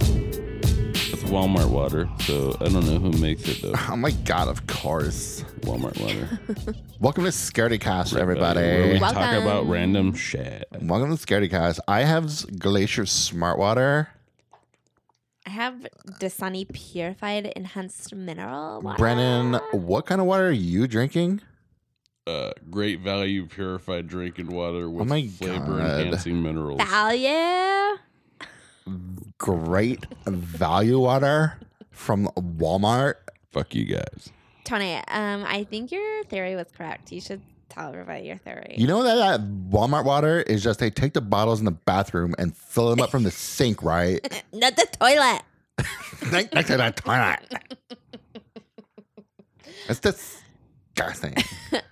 It's Walmart water, so I don't know who makes it though. Oh my god, of course. Walmart water. Welcome to Scaredy Cast, everybody. Where we talk Welcome. about random shit. Welcome to Scaredy Cast. I have s- Glacier Smart Water. I have Dasani purified enhanced mineral water. Brennan, what kind of water are you drinking? Uh, great value purified drinking water with Oh my flavor God. enhancing minerals. value. Great value water from Walmart. Fuck you guys. Tony, um, I think your theory was correct. You should tell everybody your theory. You know that, that Walmart water is just they take the bottles in the bathroom and fill them up from the sink, right? Not the toilet. Next to the toilet. That's disgusting.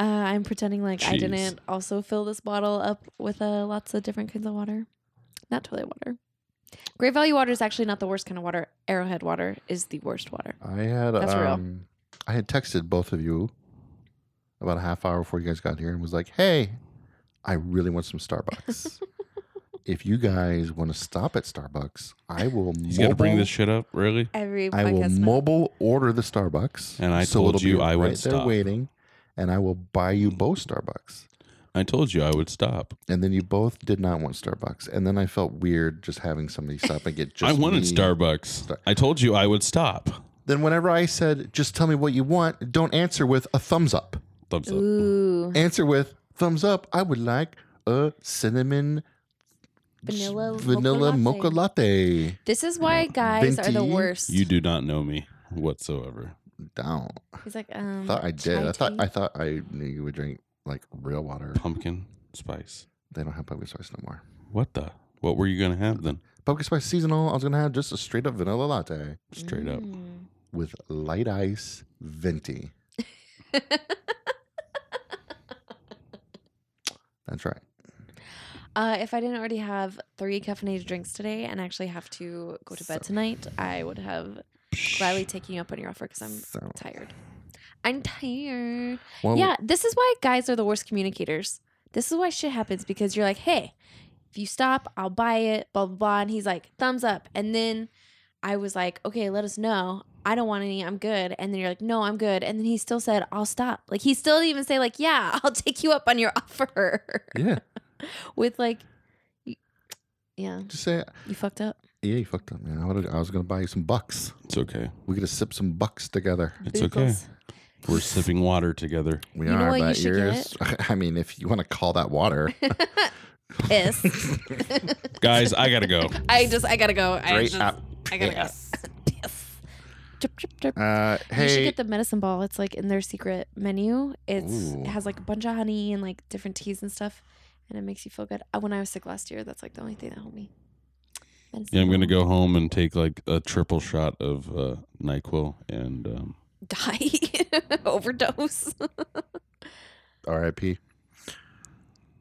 Uh, I'm pretending like I Jeez. didn't also fill this bottle up with uh, lots of different kinds of water, not toilet water. Great value water is actually not the worst kind of water. Arrowhead water is the worst water. I had That's real. um, I had texted both of you about a half hour before you guys got here and was like, "Hey, I really want some Starbucks. if you guys want to stop at Starbucks, I will He's mobile, gonna bring this shit up, really? Every I will podcast mobile order the Starbucks, And I told you I would right there stop. waiting, and I will buy you both Starbucks." I told you I would stop. And then you both did not want Starbucks, and then I felt weird just having somebody stop and get just. I wanted me. Starbucks. I told you I would stop. Then whenever I said, "Just tell me what you want," don't answer with a thumbs up. Thumbs up. Ooh, answer with thumbs up. I would like a cinnamon Vanilla mocha vanilla mocha latte. this is why guys are the Venti? worst. You do not know me whatsoever. Down. He's like, um, Thought I did. chai I thought tea? I thought I knew you would drink like real water. Pumpkin spice. They don't have pumpkin spice no more. What the? What were you gonna have then? Pumpkin spice seasonal. I was gonna have just a straight up vanilla latte Straight up. Mm. with light ice venti. That's right. Uh, if I didn't already have three caffeinated drinks today and actually have to go to bed So- tonight, I would have gladly taken you up on your offer because I'm So, tired. I'm tired. well, Yeah, this is why guys are the worst communicators. This is why shit happens because you're like, hey, if you stop, I'll buy it, blah, blah, blah. And he's like, thumbs up. And then I was like, okay, let us know. I don't want any. I'm good. And then you're like, no, I'm good. And then he still said, I'll stop. Like, he still didn't even say, like, yeah, I'll take you up on your offer. yeah. With like, y- yeah, Just say, you fucked up. yeah, you fucked up, man. I, would've- I was gonna buy you some bucks. It's okay. We could have sipped some bucks together. It's okay. We're sipping water together. We You know are, what you but should yours. I mean, if you want to call that water, Piss. Guys, I gotta go. I just, I gotta go. I great just, app. I gotta Yes. go. Piss. Drip, drip, drip. Uh, You should hey, get the medicine ball. It's like in their secret menu. It's Ooh. it has like a bunch of honey and like different teas and stuff, and it makes you feel good. Uh, When I was sick last year, that's like the only thing that helped me. Medicine Yeah, I'm gonna ball. go home and take like a triple shot of uh, Nyquil and um, die overdose. R.I.P.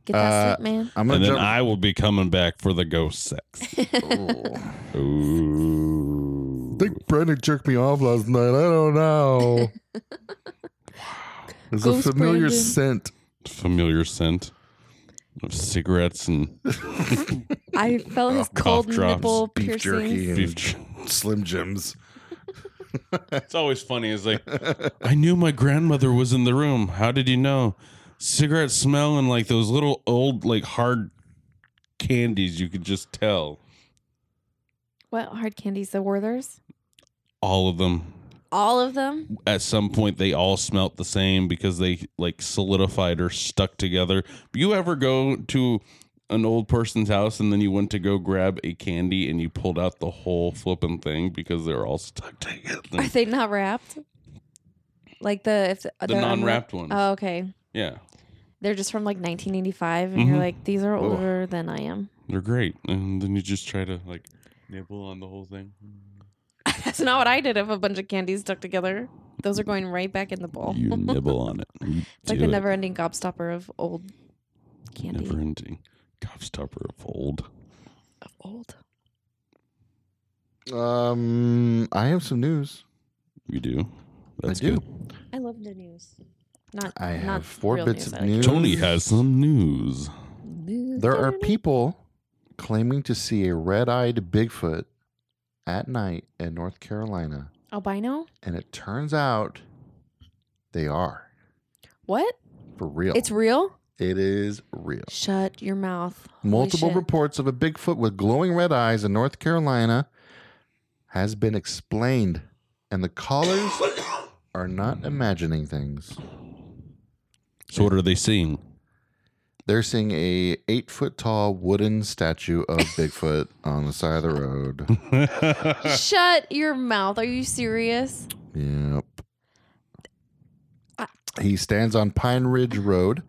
Get that Uh, sleep, man. I'm and gonna then jump. I will be coming back for the ghost sex. Ooh. Ooh. I think Brendan jerked me off last night. I don't know. There's Ghost a familiar Brendan. scent. Familiar scent of cigarettes and I felt his cold drops, nipple beef piercing. jerky. beef. Slim Jims. It's always funny. It's like I knew my grandmother was in the room. How did you know? Cigarette smell and like those little old like hard candies. You could just tell What hard candies? The Werthers? all of them. All of them? At some point, they all smelt the same because they like solidified or stuck together. You ever go to an old person's house and then you went to go grab a candy and you pulled out the whole flipping thing because they were all stuck together? Are they not wrapped? Like the if the non-wrapped ones. Oh, okay. yeah, They're just from like 1985, and you're Mhm. like, these are older than I am. they're great. And then you just try to like nibble on the whole thing. That's not what I did of a bunch of candies stuck together. Those are going right back in the bowl. You nibble on it. You it's like do the it. never ending gobstopper of old candy. never ending gobstopper of old. Of old. Um, I have some news. You do. That's I do. good. I love the news. Not I have not four real bits of I like news. Tony has some news. news. There are people claiming to see a red-eyed Bigfoot at night in North Carolina, albino. and it turns out they are What? for real. It's real. it is real. Shut your mouth. Holy Multiple shit. reports of a Bigfoot with glowing red eyes in North Carolina has been explained, and the callers are not imagining things. So what are they seeing? They're seeing a eight foot tall wooden statue of Bigfoot on the side of the road. Shut your mouth. Are you serious? Yep. I- He stands on Pine Ridge Road.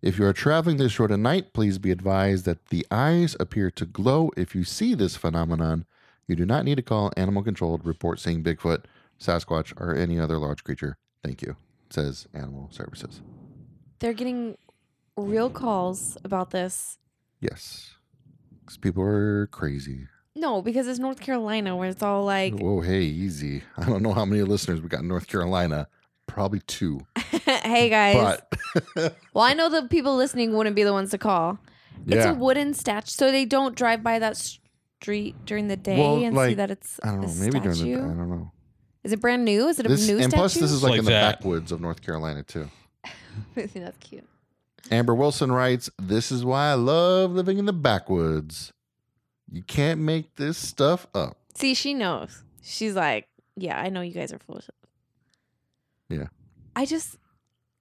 If you are traveling this road at night, please be advised that the eyes appear to glow. If you see this phenomenon, you do not need to call animal control to report seeing Bigfoot, Sasquatch, or any other large creature. Thank you, says Animal Services. They're getting real calls about this. Yes, 'Cause people are crazy. No, because it's North Carolina where it's all like Whoa, hey, easy. I don't know how many listeners we got in North Carolina. Probably two. hey guys. But Well, I know the people listening wouldn't be the ones to call. It's yeah, a wooden statue, so they don't drive by that street during the day Well, and see like, that it's I I don't know. a Maybe during the statue. I don't know. Is it brand new? Is it a This, new and statue? plus, this is like, Like in the that. backwoods of North Carolina too. that's cute. Amber Wilson writes, "This is why I love living in the backwoods. You can't make this stuff up." See, she knows. She's like, yeah, I know you guys are full of shit. Yeah. I just,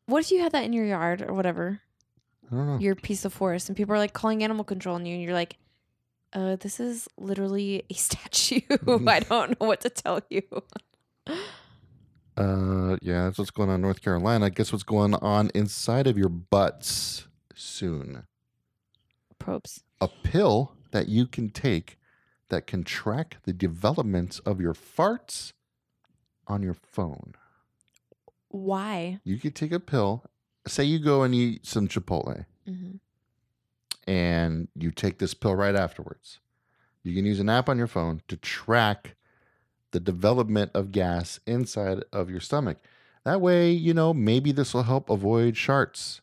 what if you had that in your yard or whatever, I don't know. your piece of forest, and people are like calling animal control on you, and you're like, uh, this is literally a statue. I don't know what to tell you. Uh, yeah, that's what's going on in North Carolina. Guess what's going on inside of your butts soon? Probes. a pill that you can take that can track the developments of your farts on your phone. Why? You could take a pill. Say you go and eat some Chipotle Mhm. and you take this pill right afterwards. You can use an app on your phone to track the development of gas inside of your stomach. That way, you know, maybe this will help avoid sharts.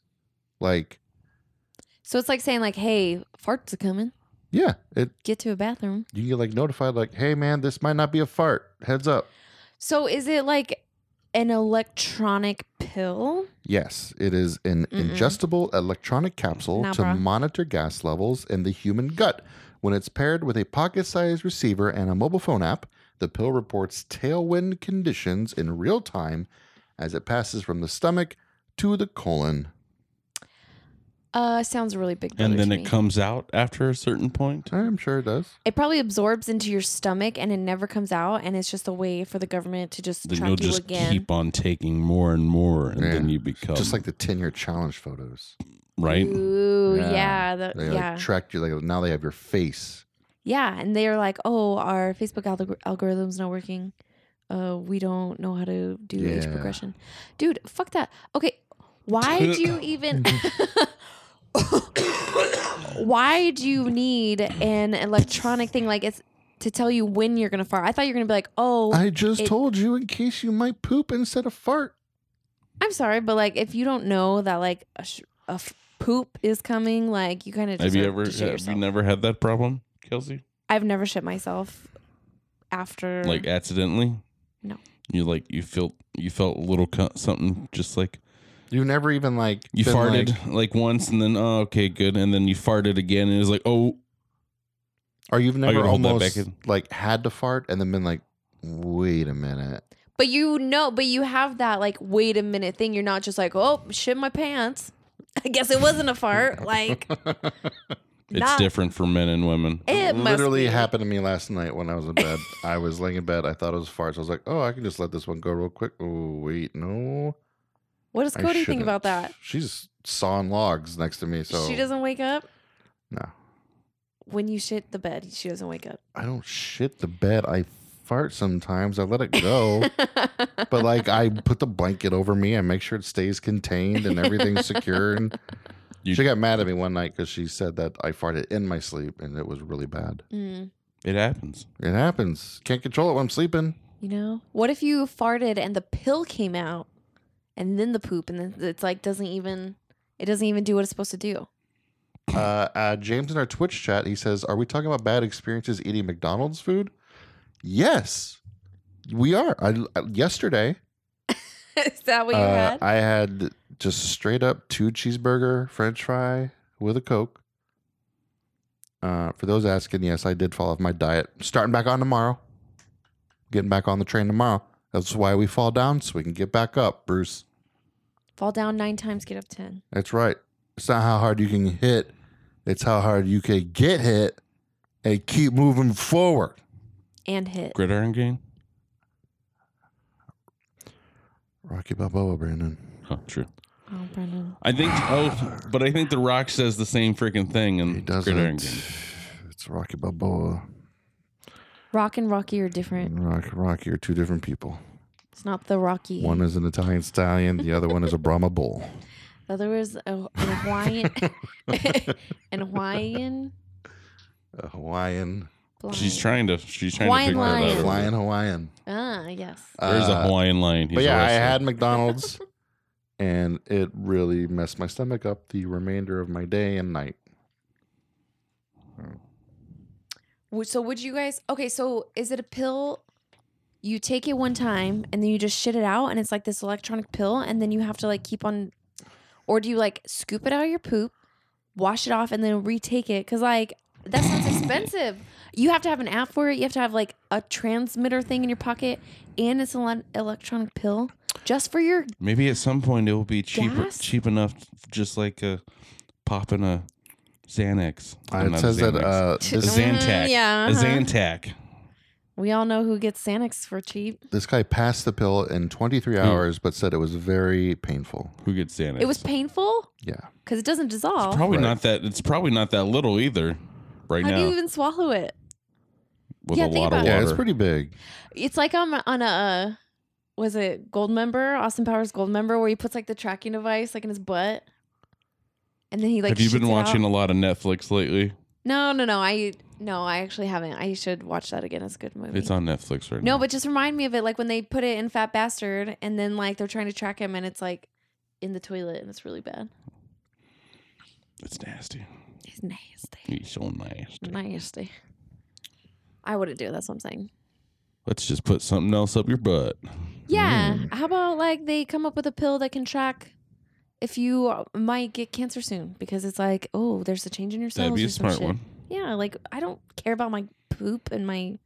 Like, So it's like saying, like, hey, farts are coming. yeah, it Get to a bathroom. you get like notified like, "Hey man, this might not be a fart. Heads up." So is it like an electronic pill? Yes, it is an Mm-mm. ingestible electronic capsule Nah, to bruh. monitor gas levels in the human gut. When it's paired with a pocket sized receiver and a mobile phone app, the pill reports tailwind conditions in real time as it passes from the stomach to the colon. Uh, sounds really big. brother and then to it me. comes out after a certain point. I'm sure it does. It probably absorbs into your stomach and it never comes out, and it's just a way for the government to just Then track you'll you just again. keep on taking more and more, and Yeah. then you become Just like the 10 year challenge photos. right. Mm, Ooh, Yeah. yeah, yeah, the- They Uh, yeah. like tracked you, like now they have your face. Yeah, And they're like, "Oh, our Facebook alg- algorithm's not working. Uh, we don't know how to do age Yeah. progression, dude. Fuck that. Okay, why do you even? why do you need an electronic thing like it's to tell you when you're gonna fart? I thought you were gonna be like, "Oh, I just it- told you in case you might poop instead of fart. I'm sorry, but like if you don't know that like a, sh- a f- poop is coming, like you kind of Have you ever? Have you never had that problem, Kelsey? I've never shit myself after. Like accidentally? No. You like you felt you felt a little co- something just like You never even like you been like, farted like, once and then oh okay good and then you farted again and it was like oh Or you've never gonna hold that almost back in? like had to fart and then been like, wait a minute. but you know, but you have that like wait a minute thing. You're not just like oh shit my pants. I guess it wasn't a fart. Like it's not- different for men and women. It must literally be. happened to me last night when I was in bed. I was laying in bed. I thought it was farts. I was like, oh, I can just let this one go real quick. Oh, wait, no. What does I Cody think shouldn't. about that? She's sawing logs next to me. So She doesn't wake up No. when you shit the bed. She doesn't wake up. I don't shit the bed. I fart sometimes. I let it go. but like I put the blanket over me. I make sure it stays contained and everything's secure. And You- she got mad at me one night because she said that I farted in my sleep and it was really bad. Mm. It happens. It happens. Can't control it when I'm sleeping. You know, what if you farted and the pill came out, and then the poop, and then it's like doesn't even it doesn't even do what it's supposed to do. Uh, uh, James in our Twitch chat, he says, "Are we talking about bad experiences eating McDonald's food?" Yes, we are. I, I- yesterday, Is that what you uh, had? I had just straight up two cheeseburger, French fry with a Coke. Uh, for those asking, yes, I did fall off my diet. Starting back on tomorrow. Getting back on the train tomorrow. That's why we fall down so we can get back up, Bruce. Fall down nine times, get up ten. That's right. It's not how hard you can hit, it's how hard you can get hit and keep moving forward. and hit. Gridiron game? Rocky Balboa, Brandon. Oh, true. Oh, Brendan. I think. Oh, but I think The Rock says the same freaking thing He in Gridiron doesn't. game. It's Rocky Balboa. Rock and Rocky are different. and Rock, Rocky are two different people. It's not the Rocky. One is an Italian stallion, the other one is a Brahma bull. The other is a, an Hawaiian. an Hawaiian. A Hawaiian. Blind. She's trying to. She's trying Hawaiian to figure lion. it out. Flying Hawaiian. Ah, yes. There's a Uh, Hawaiian lion. He's But yeah, I arrested. had McDonald's and it really messed my stomach up the remainder of my day and night. Would- So would you guys? Okay, so is it a pill? You take it one time and then you just shit it out, and it's like this electronic pill, and then you have to like keep on, or do you like scoop it out of your poop, wash it off, and then retake it? Cause like that sounds expensive. You have to have an app for it. You have to have like a transmitter thing in your pocket, and it's an ele- electronic pill just for your Maybe at some point it will be cheap, Gas? cheap enough, just like uh, popping a Xanax. Uh, Not it a says that Xanax. uh, a this, Zan- Zantac. Mm, yeah, A uh-huh. Zantac. We all know who gets Xanax for cheap. this guy passed the pill in 23 Hmm. hours, but said it was very painful. Who gets Xanax? It was painful Yeah. because it doesn't dissolve. probably Right. not that. It's probably not that little either. Right How now, do you even swallow it? with Yeah, a think lot of about it. water. Yeah, it's pretty big. It's like on on a uh, was it gold member Austin Powers gold member where he puts like the tracking device like in his butt, and then he like. Have you shits been it watching out. a lot of Netflix lately? No, no, no. I no, I actually haven't. I should watch that again. It's a good movie. It's on Netflix right now. no, but just remind me of it, like when they put it in Fat Bastard, and then like they're trying to track him, and it's like in the toilet, and it's really bad. it's nasty. It's nasty, He's so nasty. nasty. Mm. I wouldn't do it. That's what I'm saying. Let's just put something else up your butt. Yeah. Mm. How about like they come up with a pill that can track if you uh, might get cancer soon because it's like, oh, there's a change in your cells. That'd be or a some smart shit. one. Yeah. Like I don't care about my poop and my.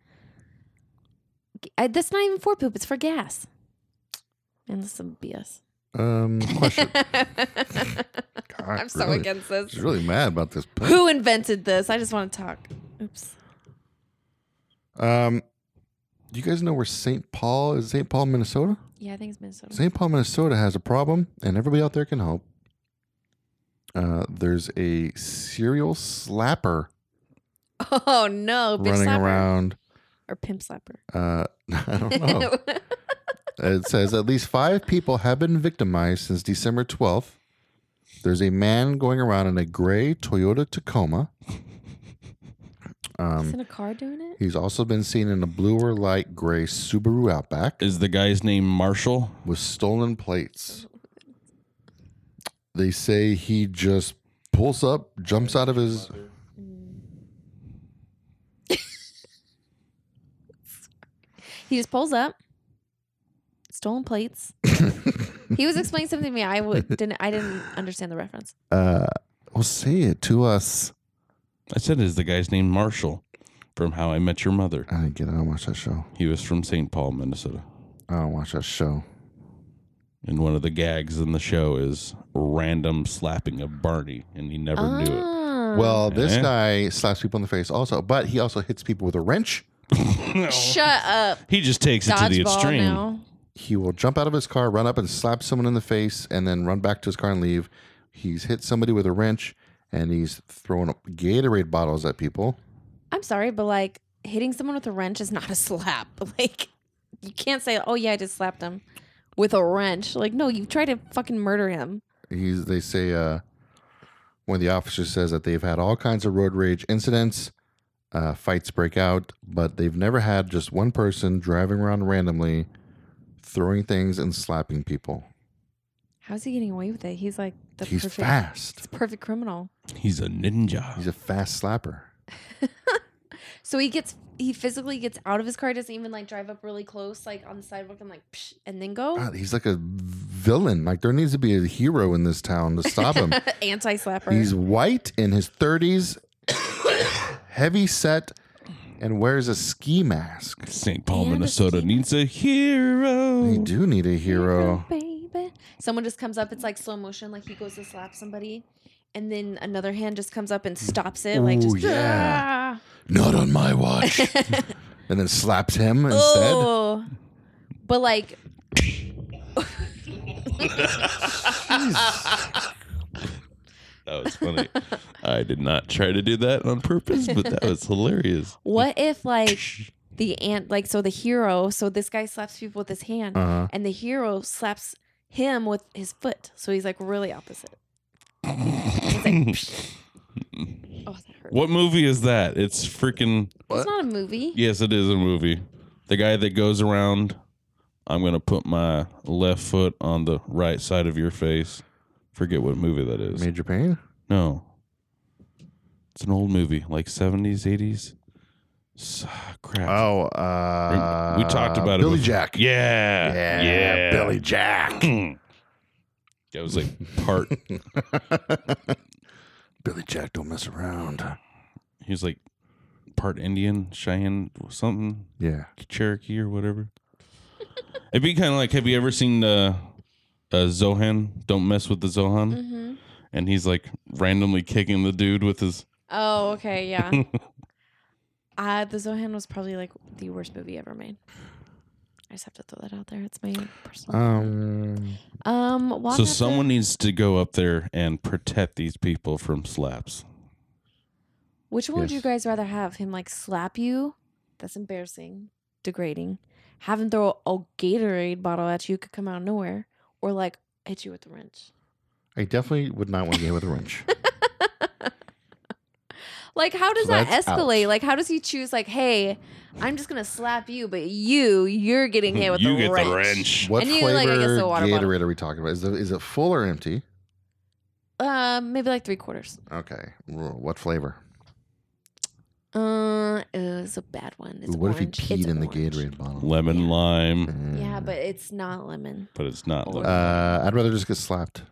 I, that's not even for poop. It's for gas. And this is some BS. Um, question. God, I'm so really, against He's this. really mad about this pill. Who invented this? I just want to talk. Oops. Um, do you guys know where St. Paul is? St. Paul, Minnesota? Yeah, I think it's Minnesota. St. Paul, Minnesota has a problem, and everybody out there can help. Uh, there's a serial slapper Oh no, bitch running slapper around. or pimp slapper. Uh, I don't know. it says at least five people have been victimized since December 12th. There's a man going around in a gray Toyota Tacoma. Is Um, in a car doing it? he's also been seen in a blue or light gray Subaru Outback. Is the guy's name Marshall? with stolen plates. They say he just pulls up, jumps out of his. He just pulls up, stolen plates. he was explaining something to me. I w- didn't. I didn't understand the reference. Uh, well, say it to us. I said, is the guy's name Marshall from How I Met Your Mother? I didn't get it. I don't watch that show. He was from St. Paul, Minnesota. I don't watch that show. And one of the gags in the show is random slapping of Barney, and he never knew it. Ah. Well, this Eh? guy slaps people in the face also, but he also hits people with a wrench. shut up. He just takes it to the Ah. Dodgeball extreme. now. He will jump out of his car, run up and slap someone in the face, and then run back to his car and leave. He's hit somebody with a wrench, and he's throwing up Gatorade bottles at people. I'm sorry, but like hitting someone with a wrench is not a slap. Like you can't say, "Oh yeah, I just slapped him with a wrench." Like no, you tried to fucking murder him. he's they say uh when the officer says that they've had all kinds of road rage incidents Uh, fights break out, but they've never had just one person driving around randomly, throwing things and slapping people. How's he getting away with it? He's like the He's perfect, fast. He's a perfect criminal. He's a ninja. He's a fast slapper. So he gets he physically gets out of his car. He doesn't even like drive up really close, like on the sidewalk, and like psh, and then go. God, he's like a villain. Like there needs to be a hero in this town to stop him. Anti He's slapper. white in his 30s, heavy set, and wears a ski mask. St. Paul, And a Minnesota kid. needs a They hero. do need a hero. baby. Someone just comes up. It's like slow motion. Like he goes to slap somebody, and then another hand just comes up and stops it. Like Ooh, just yeah. Not on my watch. and then slaps him instead. oh, but like That was funny. I did not try to do that on purpose, but that was hilarious. What if like the ant like so the hero so this guy slaps people with his hand Uh-huh. and the hero slaps him with his foot so he's like really opposite. Oh, that hurt. what movie is that? It's freaking. It's not a movie. Yes, it is a movie. The guy that goes around, I'm going to put my left foot on the right side of your face. Forget what movie that is. Major pain? No. It's an old movie, like 70s, 80s. S- crap. Oh, uh, we talked about it Billy before. Jack. Yeah. Yeah, Billy Jack. That was like part. Billy Jack, don't mess around. he was like part Indian, Cheyenne, something, Yeah. Cherokee or whatever. It'd be kind of like, have you ever seen uh, uh, Zohan? Don't mess with the Zohan. hmm And he's like randomly kicking the dude with his. Oh, okay, yeah. uh, the Zohan was probably like the worst movie ever made. I just have to throw that out there. It's my personal. Um, um, so well, I'm gonna have to- someone needs to go up there and protect these people from slaps. Which one would you Yes. guys rather have? Him like slap you? That's embarrassing, degrading. Have him throw a Gatorade bottle at you, could come out of nowhere, or like hit you with a wrench. I definitely would not want to get with a wrench. Like, how does So that that's out. escalate? Like, how does he choose? Like, hey, I'm just gonna slap you, but you, you're getting hit with you a get wrench. the wrench. What And you, like, I guess flavor the water Gatorade bottle. are we talking about? Is, the, is it full or empty? Um, maybe like three quarters. Okay. Well, What flavor? Uh, it was a bad one. It's Ooh, what orange. if he peed It's in the orange. Gatorade bottle? Lemon Yeah. lime, Mm. Yeah, but it's not lemon. but it's not Or- lemon. Uh, I'd rather just get slapped.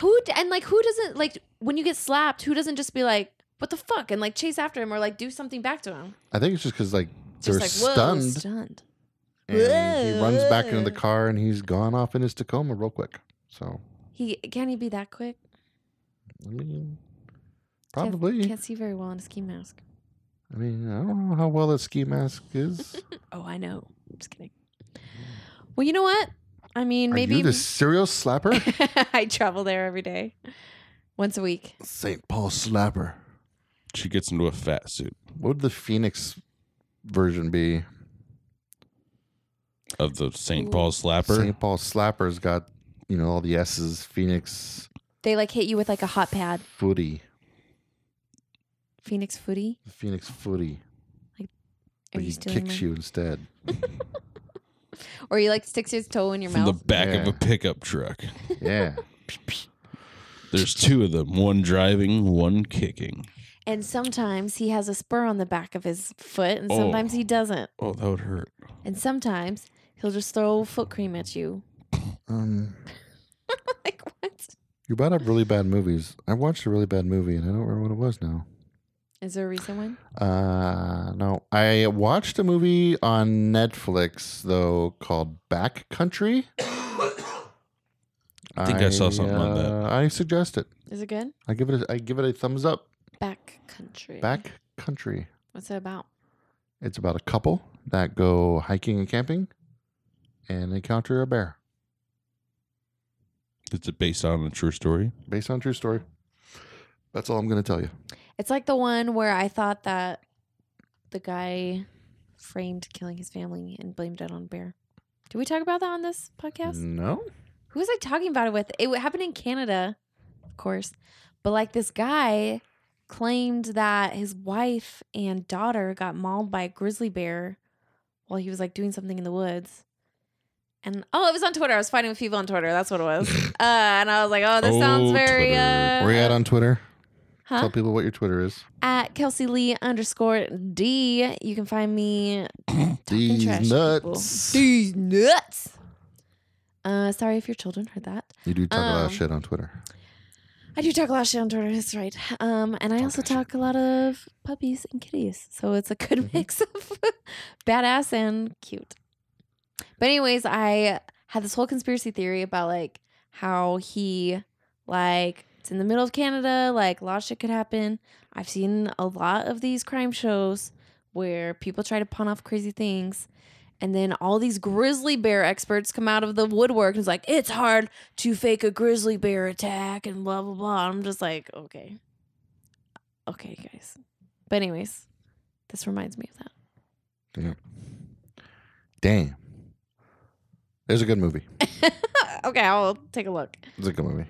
Who d- and like who doesn't like when you get slapped? Who doesn't just be like, "What the fuck?" and like chase after him or like do something back to him? I think it's just because like It's they're just like whoa, stunned, stunned. and he Whoa, runs back into the whoa. car and he's gone off in his Tacoma real quick. So He can he be that quick? I mean, Can't- probably. can't, see very well in a ski mask. I mean, I don't know how well that ski mask is. Oh, I know. I'm just kidding. Well, you know what? I mean, Are maybe you the serial slapper? I travel there every day, once a week. Saint Paul slapper. She gets into a fat suit What would the Phoenix version be? of the St. Paul slapper. Saint Paul slapper's got you know all the S's. Phoenix They like hit you with like a hot pad, footy. Phoenix footy. The Phoenix footy. Are But he stealing kicks mine? you instead. Or he like sticks his toe in your from the mouth. back of Yeah. a pickup truck. Yeah. There's two of them, one driving, one kicking. and sometimes he has a spur on the back of his foot, and Oh. sometimes he doesn't. Oh, that would hurt. And sometimes he'll just throw foot cream at you. um, like what? you brought up really bad movies. I watched a really bad movie and I don't remember what it was now. Is there a recent one? Uh, no. I watched a movie on Netflix though called Backcountry. I think I saw something on that. uh, I suggest it. Is it good? I give it. A, I give it a thumbs up. Back country. Backcountry. What's it about? It's about a couple that go hiking and camping, and encounter a bear. Is it based on a true story? Based on a true story. That's all I'm going to tell you. It's like the one where I thought that the guy framed killing his family and blamed it on bear. Did we talk about that on this podcast? No. Who was I talking about it with? It happened in Canada, of course. But like this guy claimed that his wife and daughter got mauled by a grizzly bear while he was like doing something in the woods. And oh, it was on Twitter. I was fighting with people on Twitter. That's what it was. uh, and I was like, oh, this sounds Oh, very. Twitter. Uh, Where you at on Twitter? huh? Tell people what your Twitter is. at Kelsey Lee underscore D. You can find me talking These trash to people. nuts. These nuts. Uh, sorry if your children heard that. You do talk a lot Um, of shit on Twitter. I do talk a lot of shit on Twitter. That's right. Um, and I Talk also that shit. talk a lot of puppies and kitties. So it's a good Mhm. mix of badass and cute. But anyways, I had this whole conspiracy theory about like how he like it's in the middle of Canada, like a lot of shit could happen. I've seen a lot of these crime shows where people try to pawn off crazy things. And then all these grizzly bear experts come out of the woodwork and it's like, it's hard to fake a grizzly bear attack and blah blah blah. I'm just like, okay. Okay, guys. But anyways, this reminds me of that. Damn. Damn. There's a good movie. okay, I'll take a look. It's a good movie.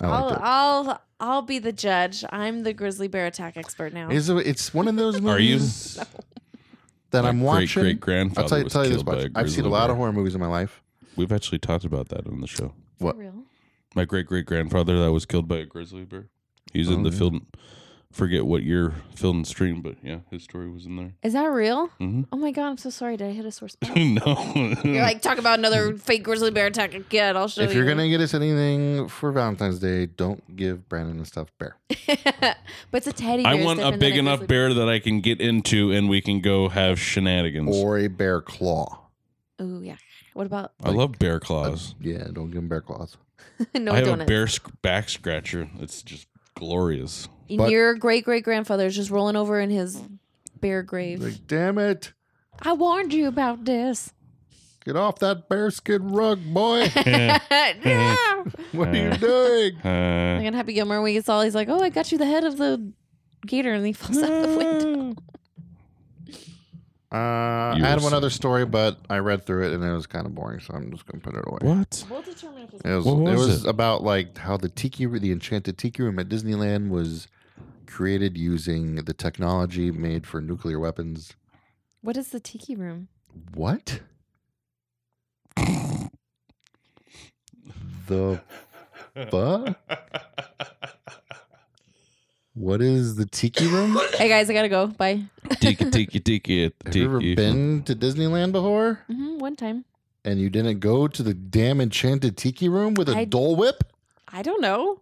I I'll liked it. I'll I'll be the judge. I'm the grizzly bear attack expert now. It's, a, it's one of those Are you? movies that I'm watching. Great great I'll grandfather. tell you, tell you this much. I've seen a lot of horror. horror movies in my life. We've actually talked about that on the show. what? For real? My great great grandfather that was killed by a grizzly bear. He was in Oh, the yeah. film. Forget what year film stream, but yeah, his story was in there. Is that real? Mm-hmm. hmm Oh my god, I'm so sorry. Did I hit a sore spot? no, You're like talk about another fake grizzly bear attack again. I'll show if you. you're gonna get us anything for Valentine's Day, don't give Brandon a stuffed bear. but it's a teddy bear. I It's want a different big than enough grizzly bear that I can get into, and we can go have shenanigans. or a bear claw. Oh yeah. What about I love bear claws. Yeah, don't give him bear claws. no I have donuts? a bear sc- back scratcher. It's just glorious. And But- your great great grandfather's just rolling over in his bear grave. Like, damn it, I warned you about this. get off that bearskin rug, boy. uh, Yeah. What are you doing? like in Happy Gilmore, when he gets all he's like, "Oh, I got you the head of the gator," and he falls out the window. Uh, I You had were one so- other story, but I read through it and it was kind of boring, so I'm just gonna put it away. what? We'll determine if it's It was, What was it was it? about like how the tiki, the enchanted tiki room at Disneyland was created using the technology made for nuclear weapons. what is the tiki room? What? the fuck? What is the tiki room? Hey guys, I gotta go. Bye. Tiki tiki tiki at the Have you ever tiki. been to Disneyland before hmm one time, and you didn't go to the damn enchanted tiki room with a I- Dole Whip? I don't know.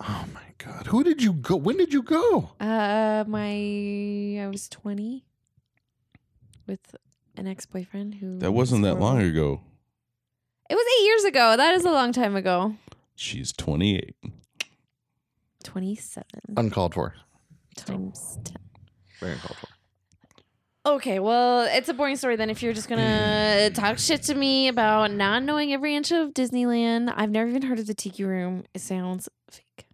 Oh my god! Who did you go? When did you go? Uh, my I was twenty with an ex boyfriend who That wasn't was that horrible. long ago. It was eight years ago. That is a long time ago. She's 28. Twenty seven Uncalled for. times ten. Very uncalled for. Okay, well, it's a boring story then if you're just gonna talk shit to me about not knowing every inch of Disneyland. I've never even heard of the Tiki Room. It sounds fake.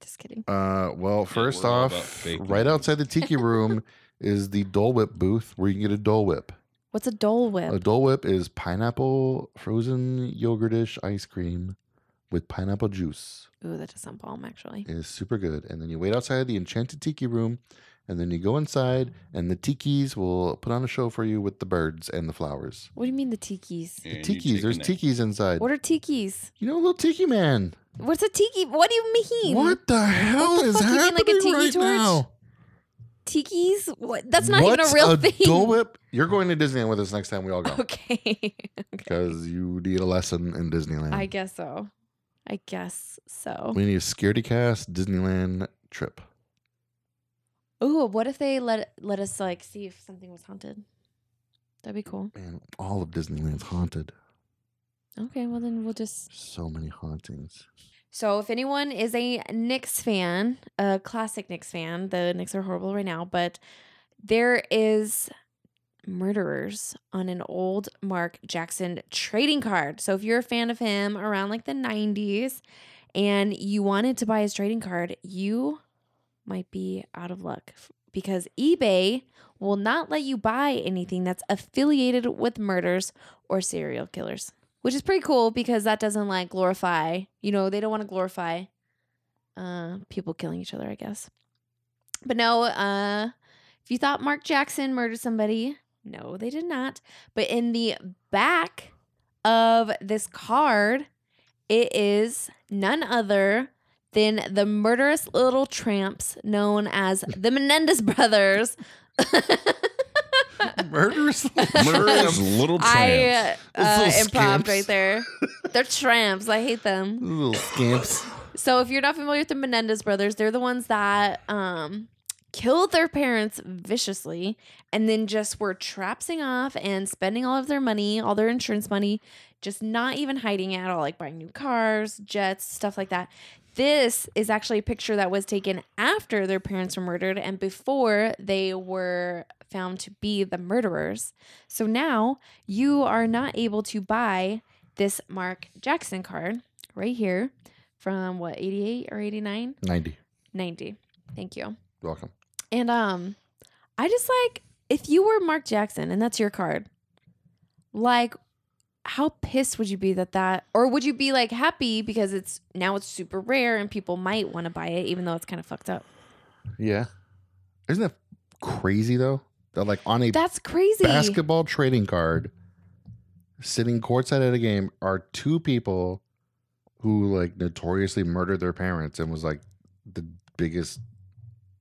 Just kidding. Uh, well, first we're all about off, faking right it. outside the tiki room is the Dole Whip booth where you can get a Dole Whip. What's a Dole Whip? A Dole Whip is pineapple frozen yogurtish ice cream with pineapple juice. Ooh, that does sound bomb actually. It is super good. And then you wait outside the enchanted tiki room, and then you go inside, and the tikis will put on a show for you with the birds and the flowers. What do you mean the tikis? The tikis, there's tikis inside. What are tikis? You know, little tiki man. What's a tiki? What do you mean? What the hell the is fuck, you mean happening like a tiki right torch? now? Tikis? What? That's not even What's a real a thing. Dole Whip. You're going to Disneyland with us next time we all go Okay. okay. because you need a lesson in Disneyland. I guess so. I guess so. we need a scaredy cast Disneyland trip. Ooh, what if they let let us like see if something was haunted? That'd be cool. Man, all of Disneyland's haunted. Okay, well then we'll just. So many hauntings. So if anyone is a Knicks fan, a classic Knicks fan, the Knicks are horrible right now, but there is murderers on an old Mark Jackson trading card. So if you're a fan of him around like the 90s and you wanted to buy his trading card, you might be out of luck f- because eBay will not let you buy anything that's affiliated with murders or serial killers, which is pretty cool because that doesn't like glorify, you know, they don't want to glorify uh, people killing each other, I guess. But no, uh, if you thought Mark Jackson murdered somebody, no, they did not. But in the back of this card, it is none other than the murderous little tramps known as the Menendez brothers. Murderous. Murderous little tramps. I uh, Those little improv scamps. right there. They're tramps. I hate them. Little scamps. So if you're not familiar with the Menendez brothers, they're the ones that um killed their parents viciously and then just were trapsing off and spending all of their money, all their insurance money, just not even hiding at all, like buying new cars, jets, stuff like that. This is actually a picture that was taken after their parents were murdered and before they were found to be the murderers. So now you are not able to buy this Mark Jackson card right here from what 88 or 89 Ninety. 90 thank you You're Welcome. and um i just like if you were mark jackson and that's your card like how pissed would you be that that or would you be like happy because it's now it's super rare and people might want to buy it even though it's kind of fucked up Yeah. Isn't that crazy though? That like on a that's crazy basketball trading card, sitting courtside at a game, are two people who like notoriously murdered their parents and was like the biggest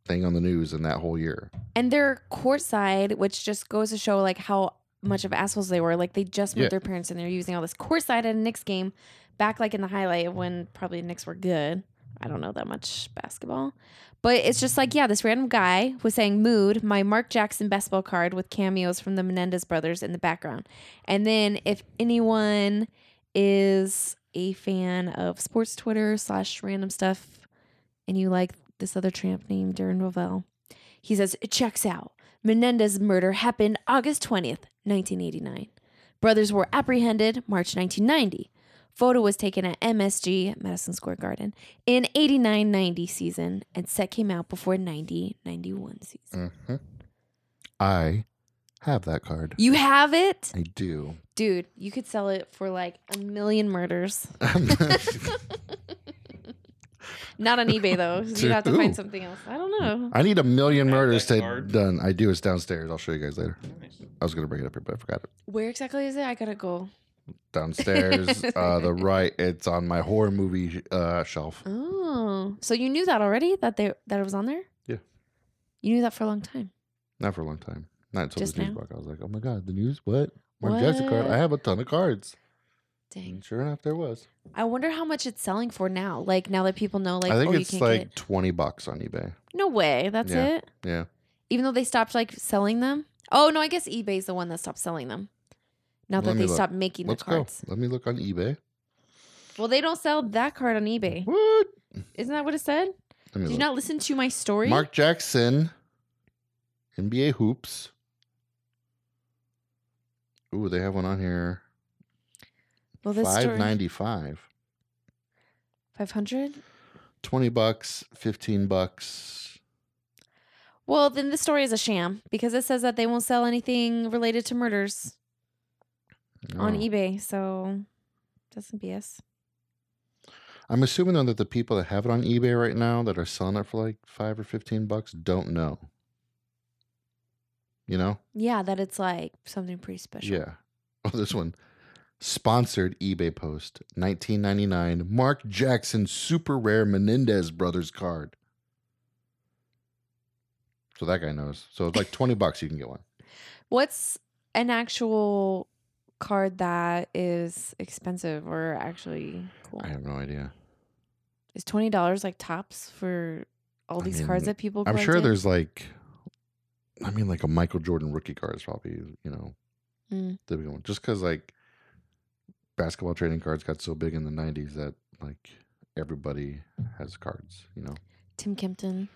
thing on the news in that whole year. and they're courtside which just goes to show like how much of assholes they were like they just moved Yeah. their parents and they're using all this courtside at a Knicks game back like in the highlight of when probably the Knicks were good I don't know that much basketball but it's just like yeah this random guy was saying mood my Mark Jackson basketball card with cameos from the Menendez brothers in the background and then if anyone is a fan of sports Twitter slash random stuff and you like this other tramp named Darren Rovell he says, It checks out. Menendez murder happened August 20th, 1989. Brothers were apprehended March 1990. Photo was taken at MSG, Madison Square Garden, in 89 90 season, and set came out before 90 91 season. Mm-hmm. I have that card. You have it? I do. Dude, you could sell it for like a million murders. Not on eBay though. You'd have to Ooh. find something else. I don't know. I need a million Have that murders to card? done. I do. It's downstairs. I'll show you guys later. I was gonna bring it up here, but I forgot it. Where exactly is it? I gotta go. Downstairs, uh, the right. It's on my horror movie uh, shelf. Oh, so you knew that already that they that it was on there? Yeah. You knew that for a long time. Not for a long time. Not until Just the news now? broke. I was like, oh my god, the news? What? Mark Jackson card. What? I have a ton of cards. Dang. And sure enough, there was. I wonder how much it's selling for now. Like now that people know, like I think oh, you it's can't like get it. twenty bucks on eBay. No way. That's Yeah. it. Yeah. Even though they stopped like selling them. Oh no, I guess eBay's the one that stopped selling them. Now Let that me they look. stopped making Let's the cards. go. Let me look on eBay. Well, they don't sell that card on eBay. What? Isn't that what it said? Let me Did you look. not listen to my story? Mark Jackson, NBA hoops. Ooh, they have one on here. well, this Five story. ninety five. Five hundred. Twenty bucks, fifteen bucks. Well, then this story is a sham because it says that they won't sell anything related to murders. on Oh. eBay. So that's some BS. I'm assuming though that the people that have it on eBay right now that are selling it for like five or fifteen bucks don't know. You know? Yeah, that it's like something pretty special. Yeah. Oh, this one. Sponsored eBay post 1999 Mark Jackson super rare Menendez brothers card. So that guy knows. So it's like 20 bucks you can get one. What's an actual card that is expensive or actually cool? I have no idea. Is twenty dollars like tops for all I these cards mean, that people? I'm sure collected? there's like I mean like a Michael Jordan rookie card is probably, you know, Mm. the big one. Just cuz like basketball trading cards got so big in the 90s that like everybody has cards, you know. Tim Kempton.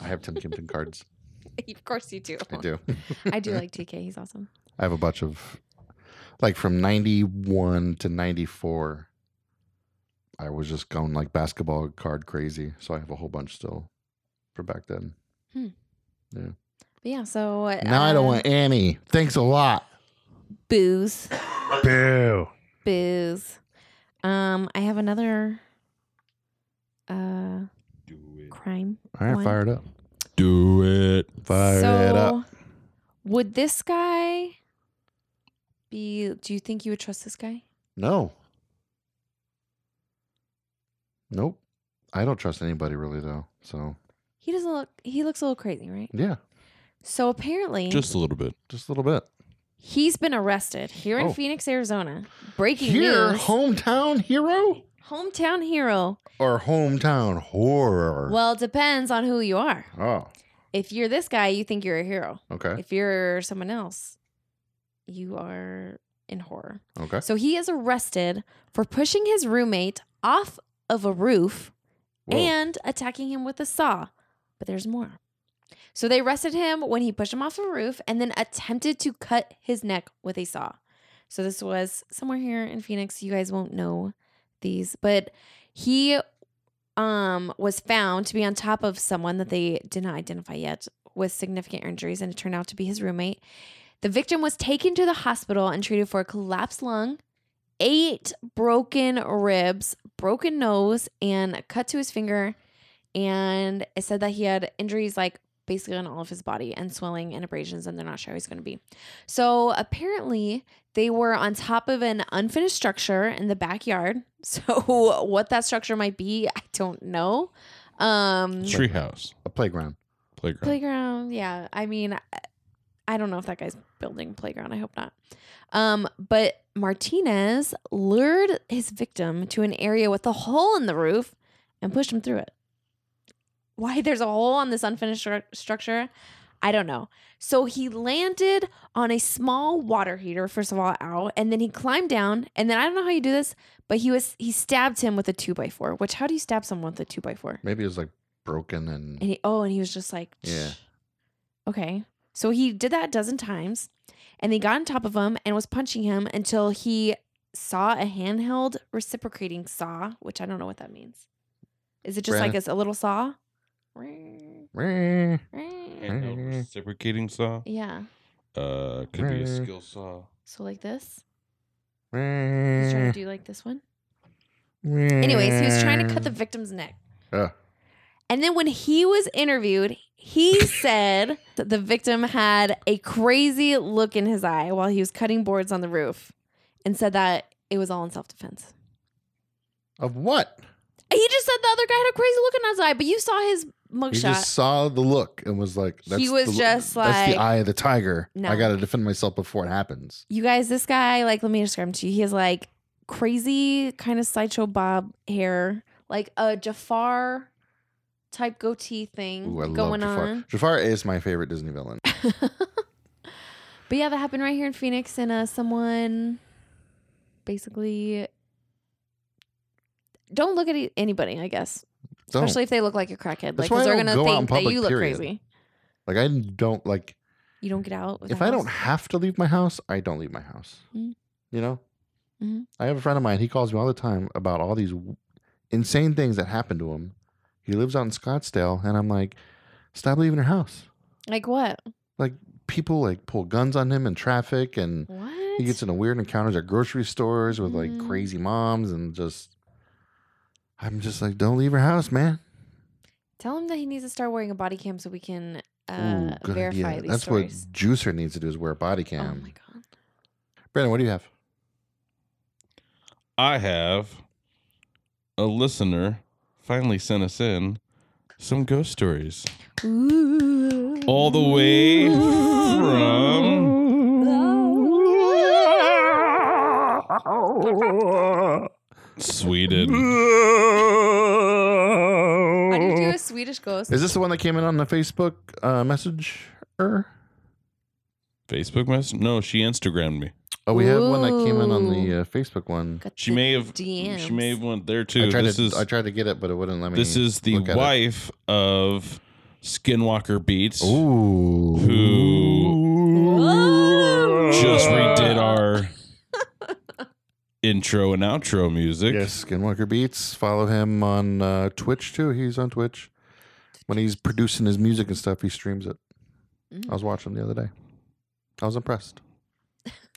I have Tim Kimpton cards. of course you do. I do. I do like TK. He's awesome. I have a bunch of like from 91 to 94. I was just going like basketball card crazy. So I have a whole bunch still for back then. But yeah. So now I don't uh, want any. Thanks a lot. booze. Boo. Booze. Um, I have another uh Prime. All right, One. fire it up. Do it. Fire it up. Would this guy be? Do you think you would trust this guy? No. Nope. I don't trust anybody really though. So He doesn't look. He looks a little crazy, right? yeah, So apparently, Just a little bit. just a little bit. he's been arrested here in Oh. Phoenix, Arizona. Breaking Here, news: hometown hero hometown hero. or hometown horror? Well, it depends on who you are. Oh, If you're this guy, you think you're a hero. okay, If you're someone else, you are in horror. okay. So he is arrested for pushing his roommate off of a roof Whoa. and attacking him with a saw. But there's more. So they arrested him when he pushed him off a roof and then attempted to cut his neck with a saw. So this was somewhere here in Phoenix. You guys won't know these, but he um was found to be on top of someone that they did not identify yet with significant injuries and it turned out to be his roommate. The victim was taken to the hospital and treated for a collapsed lung, eight broken ribs, broken nose, and a cut to his finger. And it said that he had injuries like basically on all of his body and swelling and abrasions, and they're not sure how he's going to be. So apparently, they were on top of an unfinished structure in the backyard. So what that structure might be, I don't know. Um, Treehouse. a playground. Playground. playground yeah i mean I- i don't know if that guy's building playground i hope not um but martinez lured his victim to an area with a hole in the roof and pushed him through it why there's a hole on this unfinished stru- structure i don't know so he landed on a small water heater first of all out and then he climbed down and then i don't know how you do this but he was he stabbed him with a two by four which how do you stab someone with a two by four Maybe it was like broken and, and he oh, and he was just like, Yeah. okay. So he did that a dozen times, and they got on top of him and was punching him until he saw a handheld reciprocating saw, which I don't know what that means. Is it just like Brandon? it's a little saw? Ring, Meh. ring. Handheld reciprocating saw. Yeah. Uh, could be a Mm-hmm. Mm. skill saw. So like this. He's trying Meh. to do like this one. Anyways, he was trying to cut the victim's neck. Ugh. And then when he was interviewed, he said that the victim had a crazy look in his eye while he was cutting boards on the roof and said that it was all in self defense. of what? He just said the other guy had a crazy look in his eye, but you saw his He just mugshot. saw the look and was like, He that's was the, that's just like, the eye of the tiger. no. I got to defend myself before it happens." You guys, this guy, like, let me describe him to you. He has like crazy kind of sideshow bob hair, like a Jafar type goatee thing Ooh, I going love Jafar. on. Jafar is my favorite Disney villain. But yeah, that happened right here in Phoenix, and uh, someone basically don't look at e- anybody, I guess, Don't. especially if they look like a crackhead, That's like why I because they're don't gonna go out in think that public, you look period. crazy. like I don't like You don't get out. if I don't have to leave my house, I don't leave my house. Mm. You know? Mhm. I have a friend of mine, he calls me all the time about all these w- insane things that happen to him. He lives out in Scottsdale and I'm like, "Stop leaving your house." like what? People like pull guns on him in traffic and What? he gets into weird encounters at grocery stores with like Mhm. crazy moms and just I'm just like, "Don't leave your house, man." Tell him that he needs to start wearing a body cam so we can Ooh, uh, good verify idea. these That's stories. what Juicer needs to do is wear a body cam. oh my god! Brandon, what do you have? I have a listener finally sent us in some ghost stories. Ooh. All the way Sweden. How do you do a Swedish ghost? Is this the one that came in on the Facebook uh, message? Oh, Facebook message? No, she Instagrammed me. Oh, we have one that came in on the Ooh. uh, Facebook one. Got She the may have DMs. she may have went there I too. tried This to is I tried to get it, but it wouldn't let me. this is the look at it. wife of Skinwalker Beats. Ooh. Whoa. Just redid our intro and outro music. Yes, Skinwalker Beats. Follow him on uh, Twitch too. He's on Twitch. When he's producing his music and stuff, he streams it. I Mm. was watching the other day. I was impressed.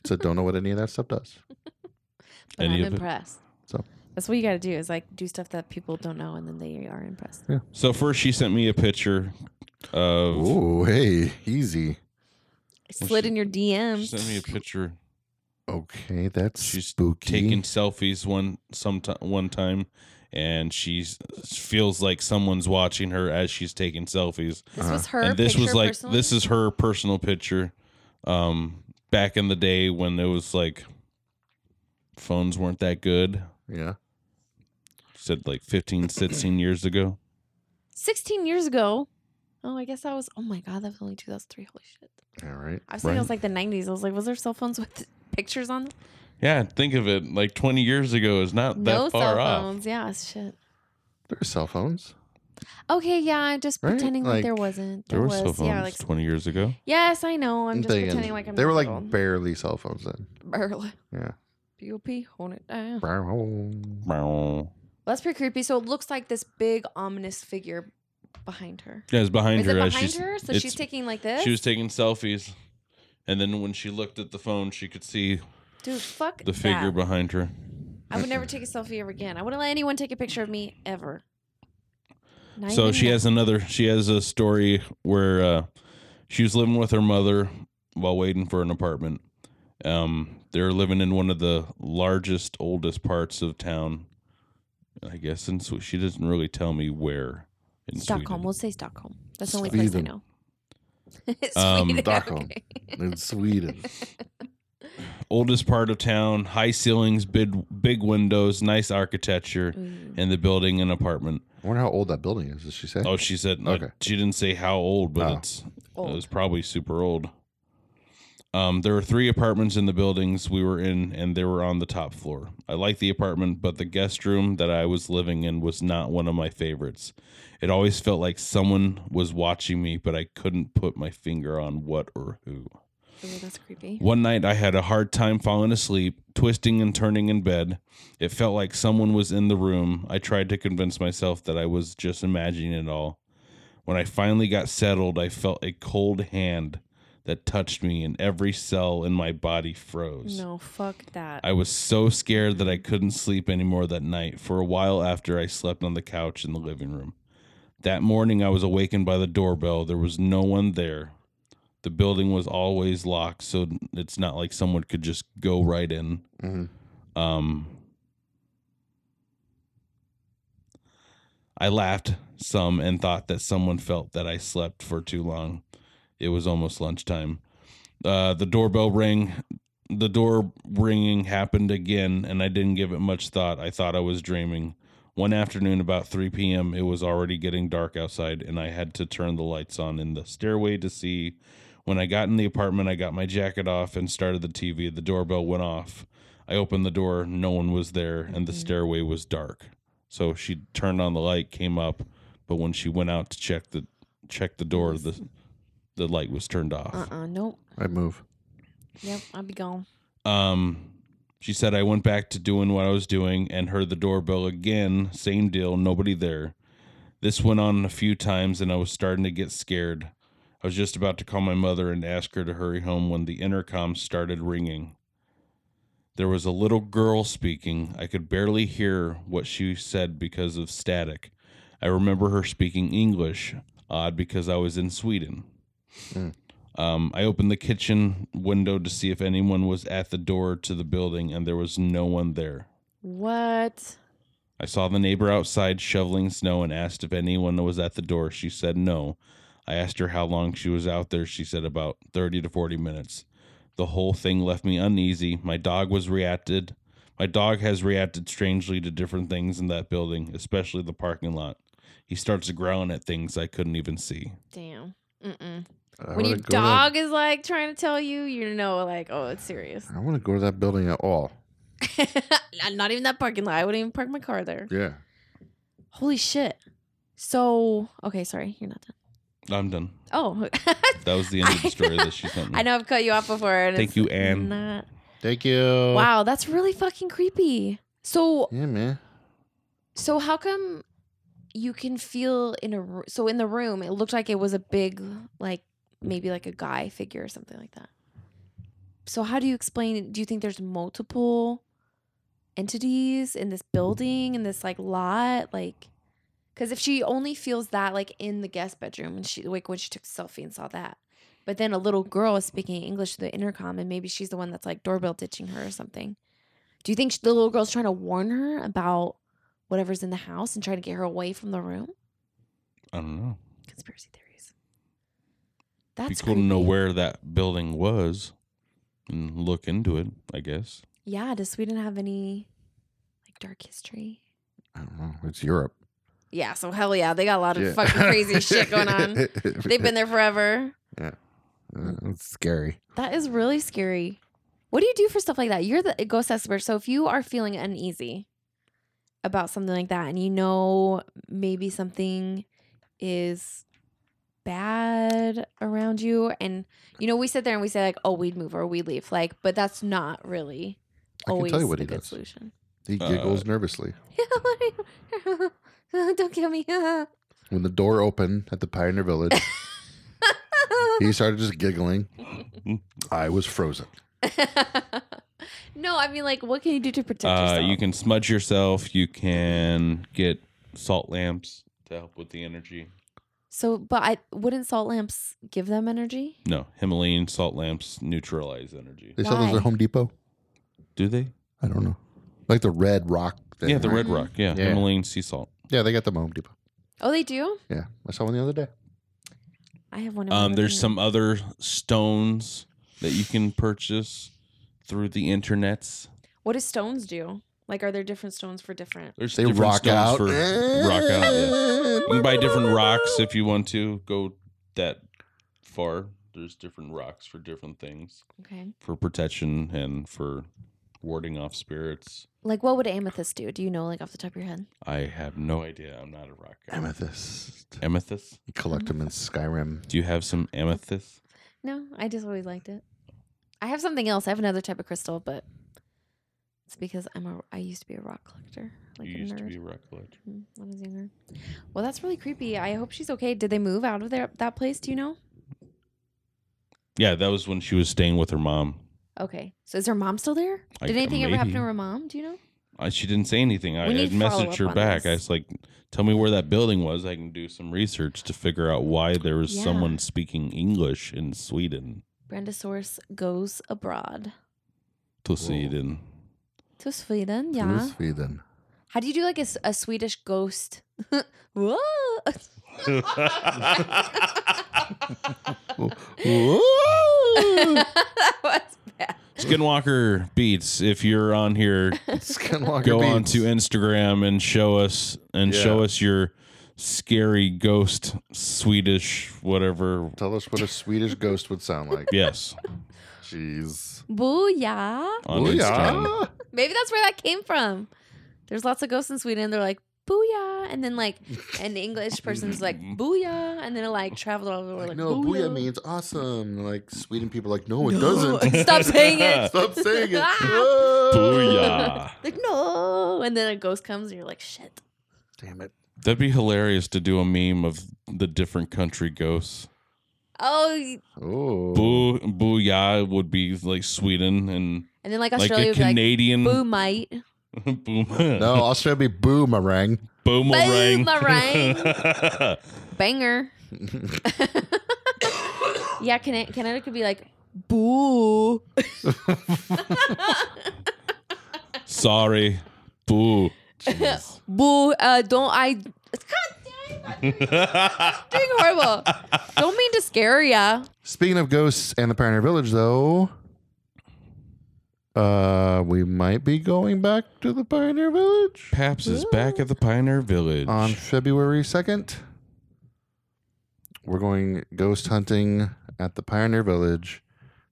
So don't know what any of that stuff does. But Any I'm of it? impressed. So That's what you got to do is like do stuff that people don't know and then they are impressed. So first, she sent me a picture of. Oh, hey, easy. Well, Slid she- in your She DMs. sent me a picture Okay, that's She's spooky. taking selfies one sometime one time, and she s- feels like someone's watching her as she's taking selfies. This Uh, was her. and this was picture like personally? this is her personal picture um back in the day when it was like phones weren't that good yeah. said like 15 16 years ago 16 years ago. Oh, I guess that was. Oh my God, that was only 2003. Holy shit. All right. I was thinking it was Right. like the 90s. I was like, was there cell phones with pictures on them? yeah think of it like 20 years ago is not no that far cell off phones. Yeah, shit. There's cell phones. Okay, yeah, I'm just Right? pretending like, there Like, wasn't. there There, were was. cell phones Yeah, like, 20 years ago yes, I know. I'm I'm just thinking pretending like I'm they were not like old. barely cell phones then. barely. Yeah. POP, hold it down. Well, Brown. that's pretty creepy. So it looks like this big ominous figure behind her. yeah it's behind Is her it as behind she's, her? So it's- she's taking like this. she was taking selfies and then when she looked at the phone she could see Dude, fuck the figure that. behind her I would never take a selfie ever again. I wouldn't let anyone take a picture of me ever. Not so even she now. has another she has a story where uh, she was living with her mother while waiting for an apartment um, they're living in one of the largest oldest parts of town i guess and so she doesn't really tell me where in Stockholm. Sweden. We'll say Stockholm. That's the only place I Sweden. know. Sweden. Um, Stockholm. okay. In Sweden. oldest part of town high ceilings big big windows nice architecture Ooh. and the building an apartment I wonder how old that building is. Did she say? oh she said Eh, Okay. she didn't say how old but Oh. it's It was Old. probably super old. Um, there were three apartments in the buildings we were in, and they were on the top floor. I liked the apartment, but the guest room that I was living in was not one of my favorites. It always felt like someone was watching me, but I couldn't put my finger on what or who. Ooh, that's creepy. One night I had a hard time falling asleep, twisting and turning in bed. It felt like someone was in the room. I tried to convince myself that I was just imagining it all. When I finally got settled, I felt a cold hand that touched me, and every cell in my body froze. No, fuck that. I was so scared that I couldn't sleep anymore that night. For a while after, I slept on the couch in the living room. That morning, I was awakened by the doorbell. There was no one there. The building was always locked, so it's not like someone could just go right in. Mhm. Um, I laughed some and thought that someone felt that I slept for too long. It was almost lunchtime. Uh, the doorbell rang. The door ringing happened again, and I didn't give it much thought. I thought I was dreaming. One afternoon, about 3 p.m., it was already getting dark outside, and I had to turn the lights on in the stairway to see. When I got in the apartment, I got my jacket off and started the TV. The doorbell went off. I opened the door, no one was there, and the Mhm. stairway was dark. So she turned on the light, came up, but when she went out to check the check the door, the the light was turned off. Uh uh Nope. I'd move. Yep. I'll be gone. Um, she said I went back to doing what I was doing and heard the doorbell again. Same deal, nobody there. This went on a few times, and I was starting to get scared. I was just about to call my mother and ask her to hurry home when the intercom started ringing. There was a little girl speaking. I could barely hear what she said because of static. I remember her speaking English, odd because I was in Sweden. Um, I opened the kitchen window to see if anyone was at the door to the building, and there was no one there. What? I saw the neighbor outside shoveling snow and asked if anyone was at the door. She said no. I asked her how long she was out there. She said about 30 to 40 minutes. The whole thing left me uneasy. My dog was reacted. My dog has reacted strangely to different things in that building, especially the parking lot. He starts growling at things I couldn't even see. Damn. Mm-mm. I When your wouldn't go to that- dog is like trying to tell you, you know, like, oh, it's serious. I want to go to that building at all. Not- Not even that parking lot. I wouldn't even park my car there. Yeah. Holy shit. So, okay, sorry. You're not done. I'm done. Oh, That was the end of the story that she sent me. I know I've cut you off before. And Mm. Thank it's you, Anne. not- Thank you. Wow, that's really fucking creepy. So, Yeah, man. so how come you can feel in a ro- so in the room it looked like it was a big like maybe like a guy figure or something like that. So how do you explain? Do you think there's multiple entities in this building in this like lot like because if she only feels that like in the guest bedroom and she like when she took a selfie and saw that but then a little girl is speaking english through the intercom and maybe she's the one that's like doorbell ditching her or something do you think sh- the little girl's trying to warn her about whatever's in the house and trying to get her away from the room I don't know. conspiracy theories that's Be cool to know creepy. where that building was and look into it. I guess. yeah does sweden have any like dark history I don't know. It's Europe. yeah so hell yeah they got a lot of fucking crazy shit going on They've been there forever. Uh, it's scary. That is really scary. What do you do for stuff like that? You're the ghost expert. So if you are feeling uneasy about something like that and you know maybe something is bad around you and you know we sit there and we say like oh we'd move or we leave like but that's not really I can always tell you what the he good does. solution. He Uh, giggles nervously. Don't kill me. When the door opened at the Pioneer Village, he started just giggling. I was frozen. no, I mean like what can you do to um, protect Uh, yourself? you can smudge yourself. You can get salt lamps to help with the energy. So, but I wouldn't salt lamps give them energy? No, Himalayan salt lamps neutralize energy. They sell those Why? at Home Depot. Do they? I don't know, like the red rock. Thing, Yeah, the right? red rock. Yeah, Yeah. Himalayan sea salt. Yeah, they got them at Home Depot. Oh, they do. Yeah, I saw one the other day. I have one. in my Um, there's room. some other stones that you can purchase through the internets. What do stones do? Like, are there different stones for different? There's They different rock stones out. for rock out. yeah. You can buy different rocks if you want to go that far. There's different rocks for different things Okay. for protection and for warding off spirits. Like, what would amethyst do? Do you know, like, off the top of your head? I have no idea. I'm not a rock guy. Amethyst. amethyst. You collect them in Skyrim. Do you have some amethyst? No, I just always liked it. I have something else. I have another type of crystal, but it's because I'm a. I used to be a rock collector. Like you a used to nerd. be a rock collector. Mm, When I was younger. Well, that's really creepy. I hope she's okay. Did they move out of their that place? Do you know? Yeah, that was when she was staying with her mom. Okay. So is her mom still there? I- Did anything ever happen to maybe. her mom? Do you know? I, she didn't say anything. I, I We need messaged follow-up her on back. this. I was like, "Tell me where that building was. I can do some research to figure out why there was Yeah. someone speaking English in Sweden." Brenda Source goes abroad To Sweden. to Sweden. Yeah. Blue Sweden. How do you do like a, s- a Swedish ghost? Whoa. Hmm. Whoa! that was bad. Skinwalker Beats. If you're on here, Skinwalker go on Beats. to Instagram and show us and show Yeah. us your scary ghost Swedish whatever. Tell us what a Swedish ghost would sound like. Yes, Jeez. Booyah. on Booyah. Instagram. Maybe that's where that came from. There's lots of ghosts in Sweden. They're like, booyah. And then, like, an English person's like, booyah. And then it, like, traveled all over the world. Like, no, booyah means awesome. Like Sweden people, are like no, it doesn't. Stop saying it. Stop saying it. Ah. Whoa. Booyah. like, no. And then a ghost comes and you're like, shit. Damn it. That'd be hilarious to do a meme of the different country ghosts. Oh, y- Oh. Boo, booyah would be like Sweden and and then like like Australia a would be like Canadian boo mite. boom, No, Australia would be boomerang. boomerang. Boomerang. Banger. yeah, Can- Canada could be like boo. Sorry, boo. boo. Uh, don't I doing horrible. don't mean to scare ya. Speaking of ghosts and the Pioneer Village, though, uh, we might be going back to the Pioneer Village Paps is back at the Pioneer Village. on February 2nd. We're going ghost hunting at the Pioneer Village.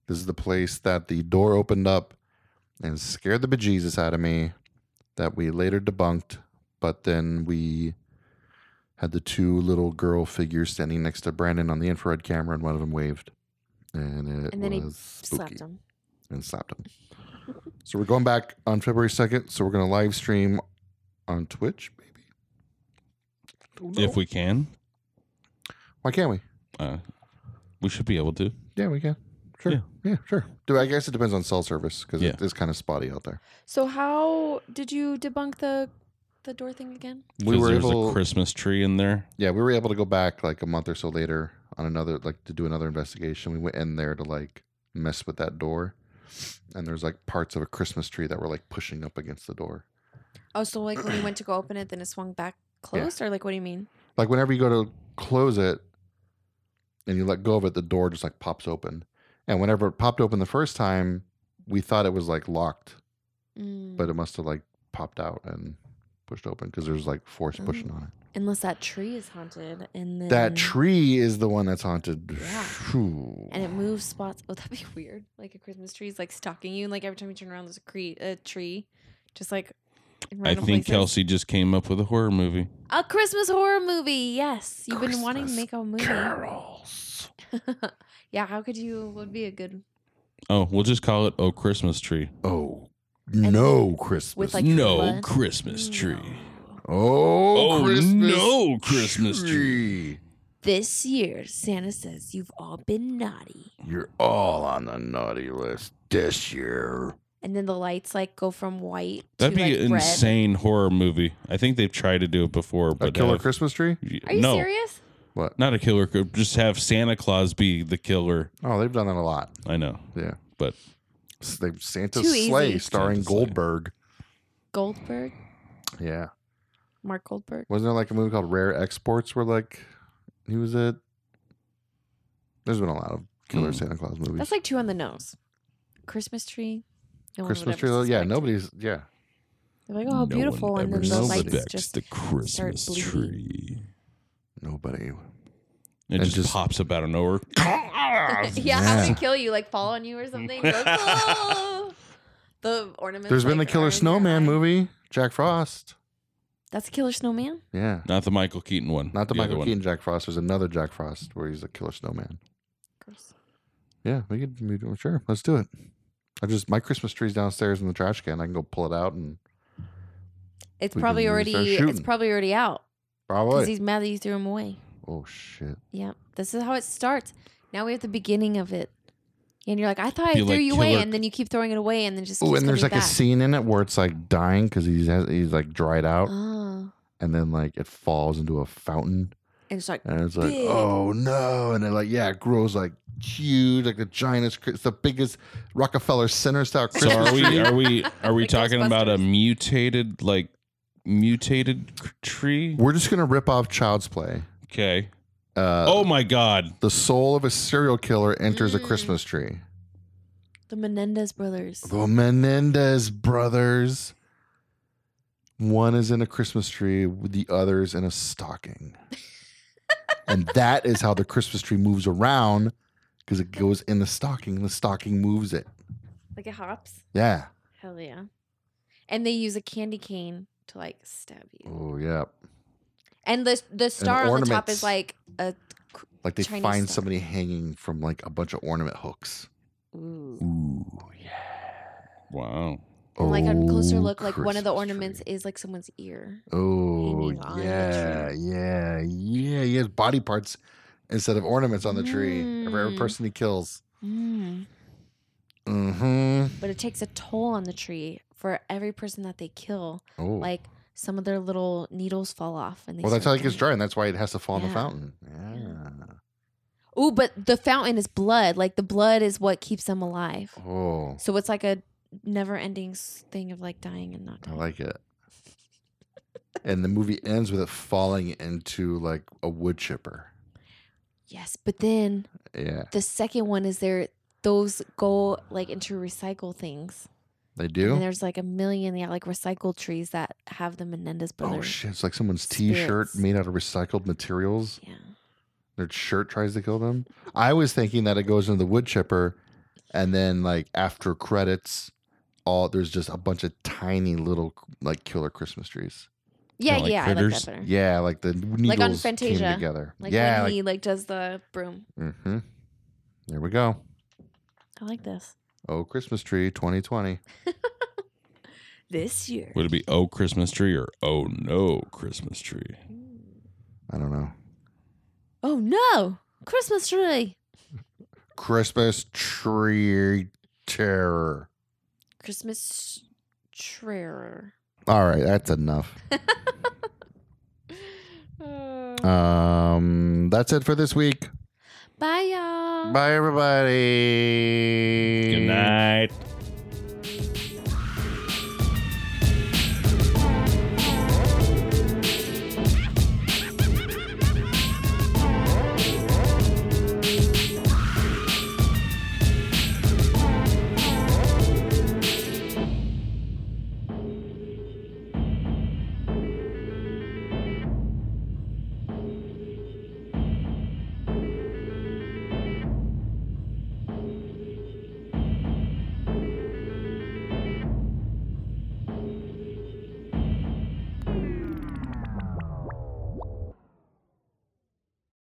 This is the place that the door opened up and scared the bejesus out of me that we later debunked, but then we had the two little girl figures standing next to Brandon on the infrared camera, and one of them waved. And it And then he was spooky Slapped him. and slapped him. so we're going back on February 2nd. So we're going to live stream on Twitch, maybe. Don't know. if we can, Why can't we? uh, we should be able to. Yeah, we can. Sure. Yeah. Yeah. sure. Do I guess it depends on cell service because it is kind of spotty out there. So how did you debunk the the door thing again? We were there's able, a Christmas tree in there. yeah, we were able to go back like a month or so later on another, like to do another investigation. We went in there to like mess with that door, and there's like parts of a Christmas tree that were like pushing up against the door. Oh, so like when you went to go open it, then it swung back closed, or like what do you mean? Like whenever you go to close it, and you let go of it, the door just like pops open. And whenever it popped open the first time, we thought it was like locked, Mm. but it must have like popped out and pushed open because there's like force pushing Oh. on it. unless that tree is haunted, and then That tree is the one that's haunted. Mm-hmm. Yeah. Phew. and it moves spots. Oh, that'd be weird. Like a Christmas tree is like stalking you, and like every time you turn around, there's a, cre- a tree, just like. In I random think places. Kelsey just came up with a horror movie. A Christmas horror movie. Yes, you've been wanting to Christmas make a movie. Carols. yeah, how could you? Would be a good Oh, we'll just call it Oh Christmas Tree. Oh, no Christmas. with like no Hula. Christmas tree. No. oh, Oh, Christmas no Christmas tree. This year, Santa says you've all been naughty, You're all on the naughty list this year. and then the lights like go from white. That'd to, be like, an red. insane horror movie. I think they've tried to do it before, A but uh, killer have- Christmas tree? y- Are you no, serious? What? not a killer. cr- Just have Santa Claus be the killer. Oh, they've done that a lot. I know. Yeah. But- S- they Santa's Too easy. sleigh starring Santa's Sleigh. Goldberg. Goldberg, Yeah. Mark Goldberg. Wasn't there like a movie called Rare Exports where like he was at there's been a lot of killer Mm. Santa Claus movies. That's like two on the nose. Christmas tree. No one would Christmas ever tree. though? Yeah, suspect. nobody's yeah. They're like, oh, how No one beautiful, and ever then the lights suspects just. the Christmas bleeding. tree. Nobody. It And just, just- pops up out of nowhere. yeah, how Yeah. to kill you? Like fall on you or something? Goes, "Oh." The ornament. There's been the Killer Snowman movie, Jack Frost. That's Killer Snowman. Yeah. Not the Michael Keaton one. Not other the, Michael one. Keaton Jack Frost. There's another Jack Frost where he's a killer snowman. Gross. Yeah, we could we, do- sure. Let's do it. I just my Christmas tree's downstairs in the trash can. I can go pull it out and It's We can probably really already. start It's shooting. probably already out because probably. he's mad that you threw him away. Oh shit. Yep. This is how it starts. Now we have the beginning of it, and you're like, I thought I Be threw like you away, Killer- and then you keep throwing it away, and then it just. Oh, keeps and there's like coming a back. scene in it where it's like dying because he's he's like dried out, Oh. and then like it falls into a fountain. And it's like And it's like, Big. oh no. And then like, yeah, it grows like huge, like the giantest, it's the biggest Rockefeller Center style So Christmas are we tree. are we are we Like talking about a Ghostbusters. mutated like mutated c- tree? We're just gonna rip off Child's Play. Okay. Uh, oh my god. The soul of a serial killer enters a Mm. Christmas tree. the Menendez brothers. The Menendez brothers. One is in a Christmas tree, the other is in a stocking. and that is how the Christmas tree moves around because it goes in the stocking. The stocking moves it. Like it hops. Yeah. Hell yeah. And they use a candy cane to like stab you. Oh, yeah. And the the star on the top ornaments. is like a Like they Chinese find stuff. somebody hanging from like a bunch of ornament hooks. ooh. Ooh, yeah. Wow. And like on closer look, like one of the ornaments is like someone's ear. Oh, hanging on the yeah, yeah, yeah. He has body parts instead of ornaments on the tree for every Mm. person he kills. Mm. Mm-hmm. But it takes a toll on the tree for every person that they kill. Oh, Like some of their little needles fall off and they well, that's how start it gets dying. dry, and that's why it has to fall in Yeah. Mm. the fountain. Yeah. Ooh, but the fountain is blood. Like the blood is what keeps them alive. Oh, So it's like a never ending thing of like dying and not I dying. like it. and the movie ends with it falling into like a wood chipper. yes, but then Yeah, The second one is there those go like into recycle things. they And do. there's like a million yeah, like recycle trees that have the Menendez brothers. Oh shit! It's like someone's T-shirt spirits. made out of recycled materials. Yeah. Their shirt tries to kill them. I was thinking that it goes into the wood chipper, and then like after credits, all there's just a bunch of tiny little like killer Christmas trees. Yeah, like yeah, I Mm. like critters? that better. Yeah, like the needles on came Fantasia. together. Like yeah, when like, he like does the broom. mm-hmm. there we go. I like this. Oh, Christmas tree, 2020. This year. Would it be Oh Christmas Tree or Oh No Christmas Tree? I don't know. Oh no. Christmas tree. Christmas tree terror. Christmas treasure. All right, that's enough. Uh, Um, that's it for this week. bye, y'all. Bye, everybody. Good night.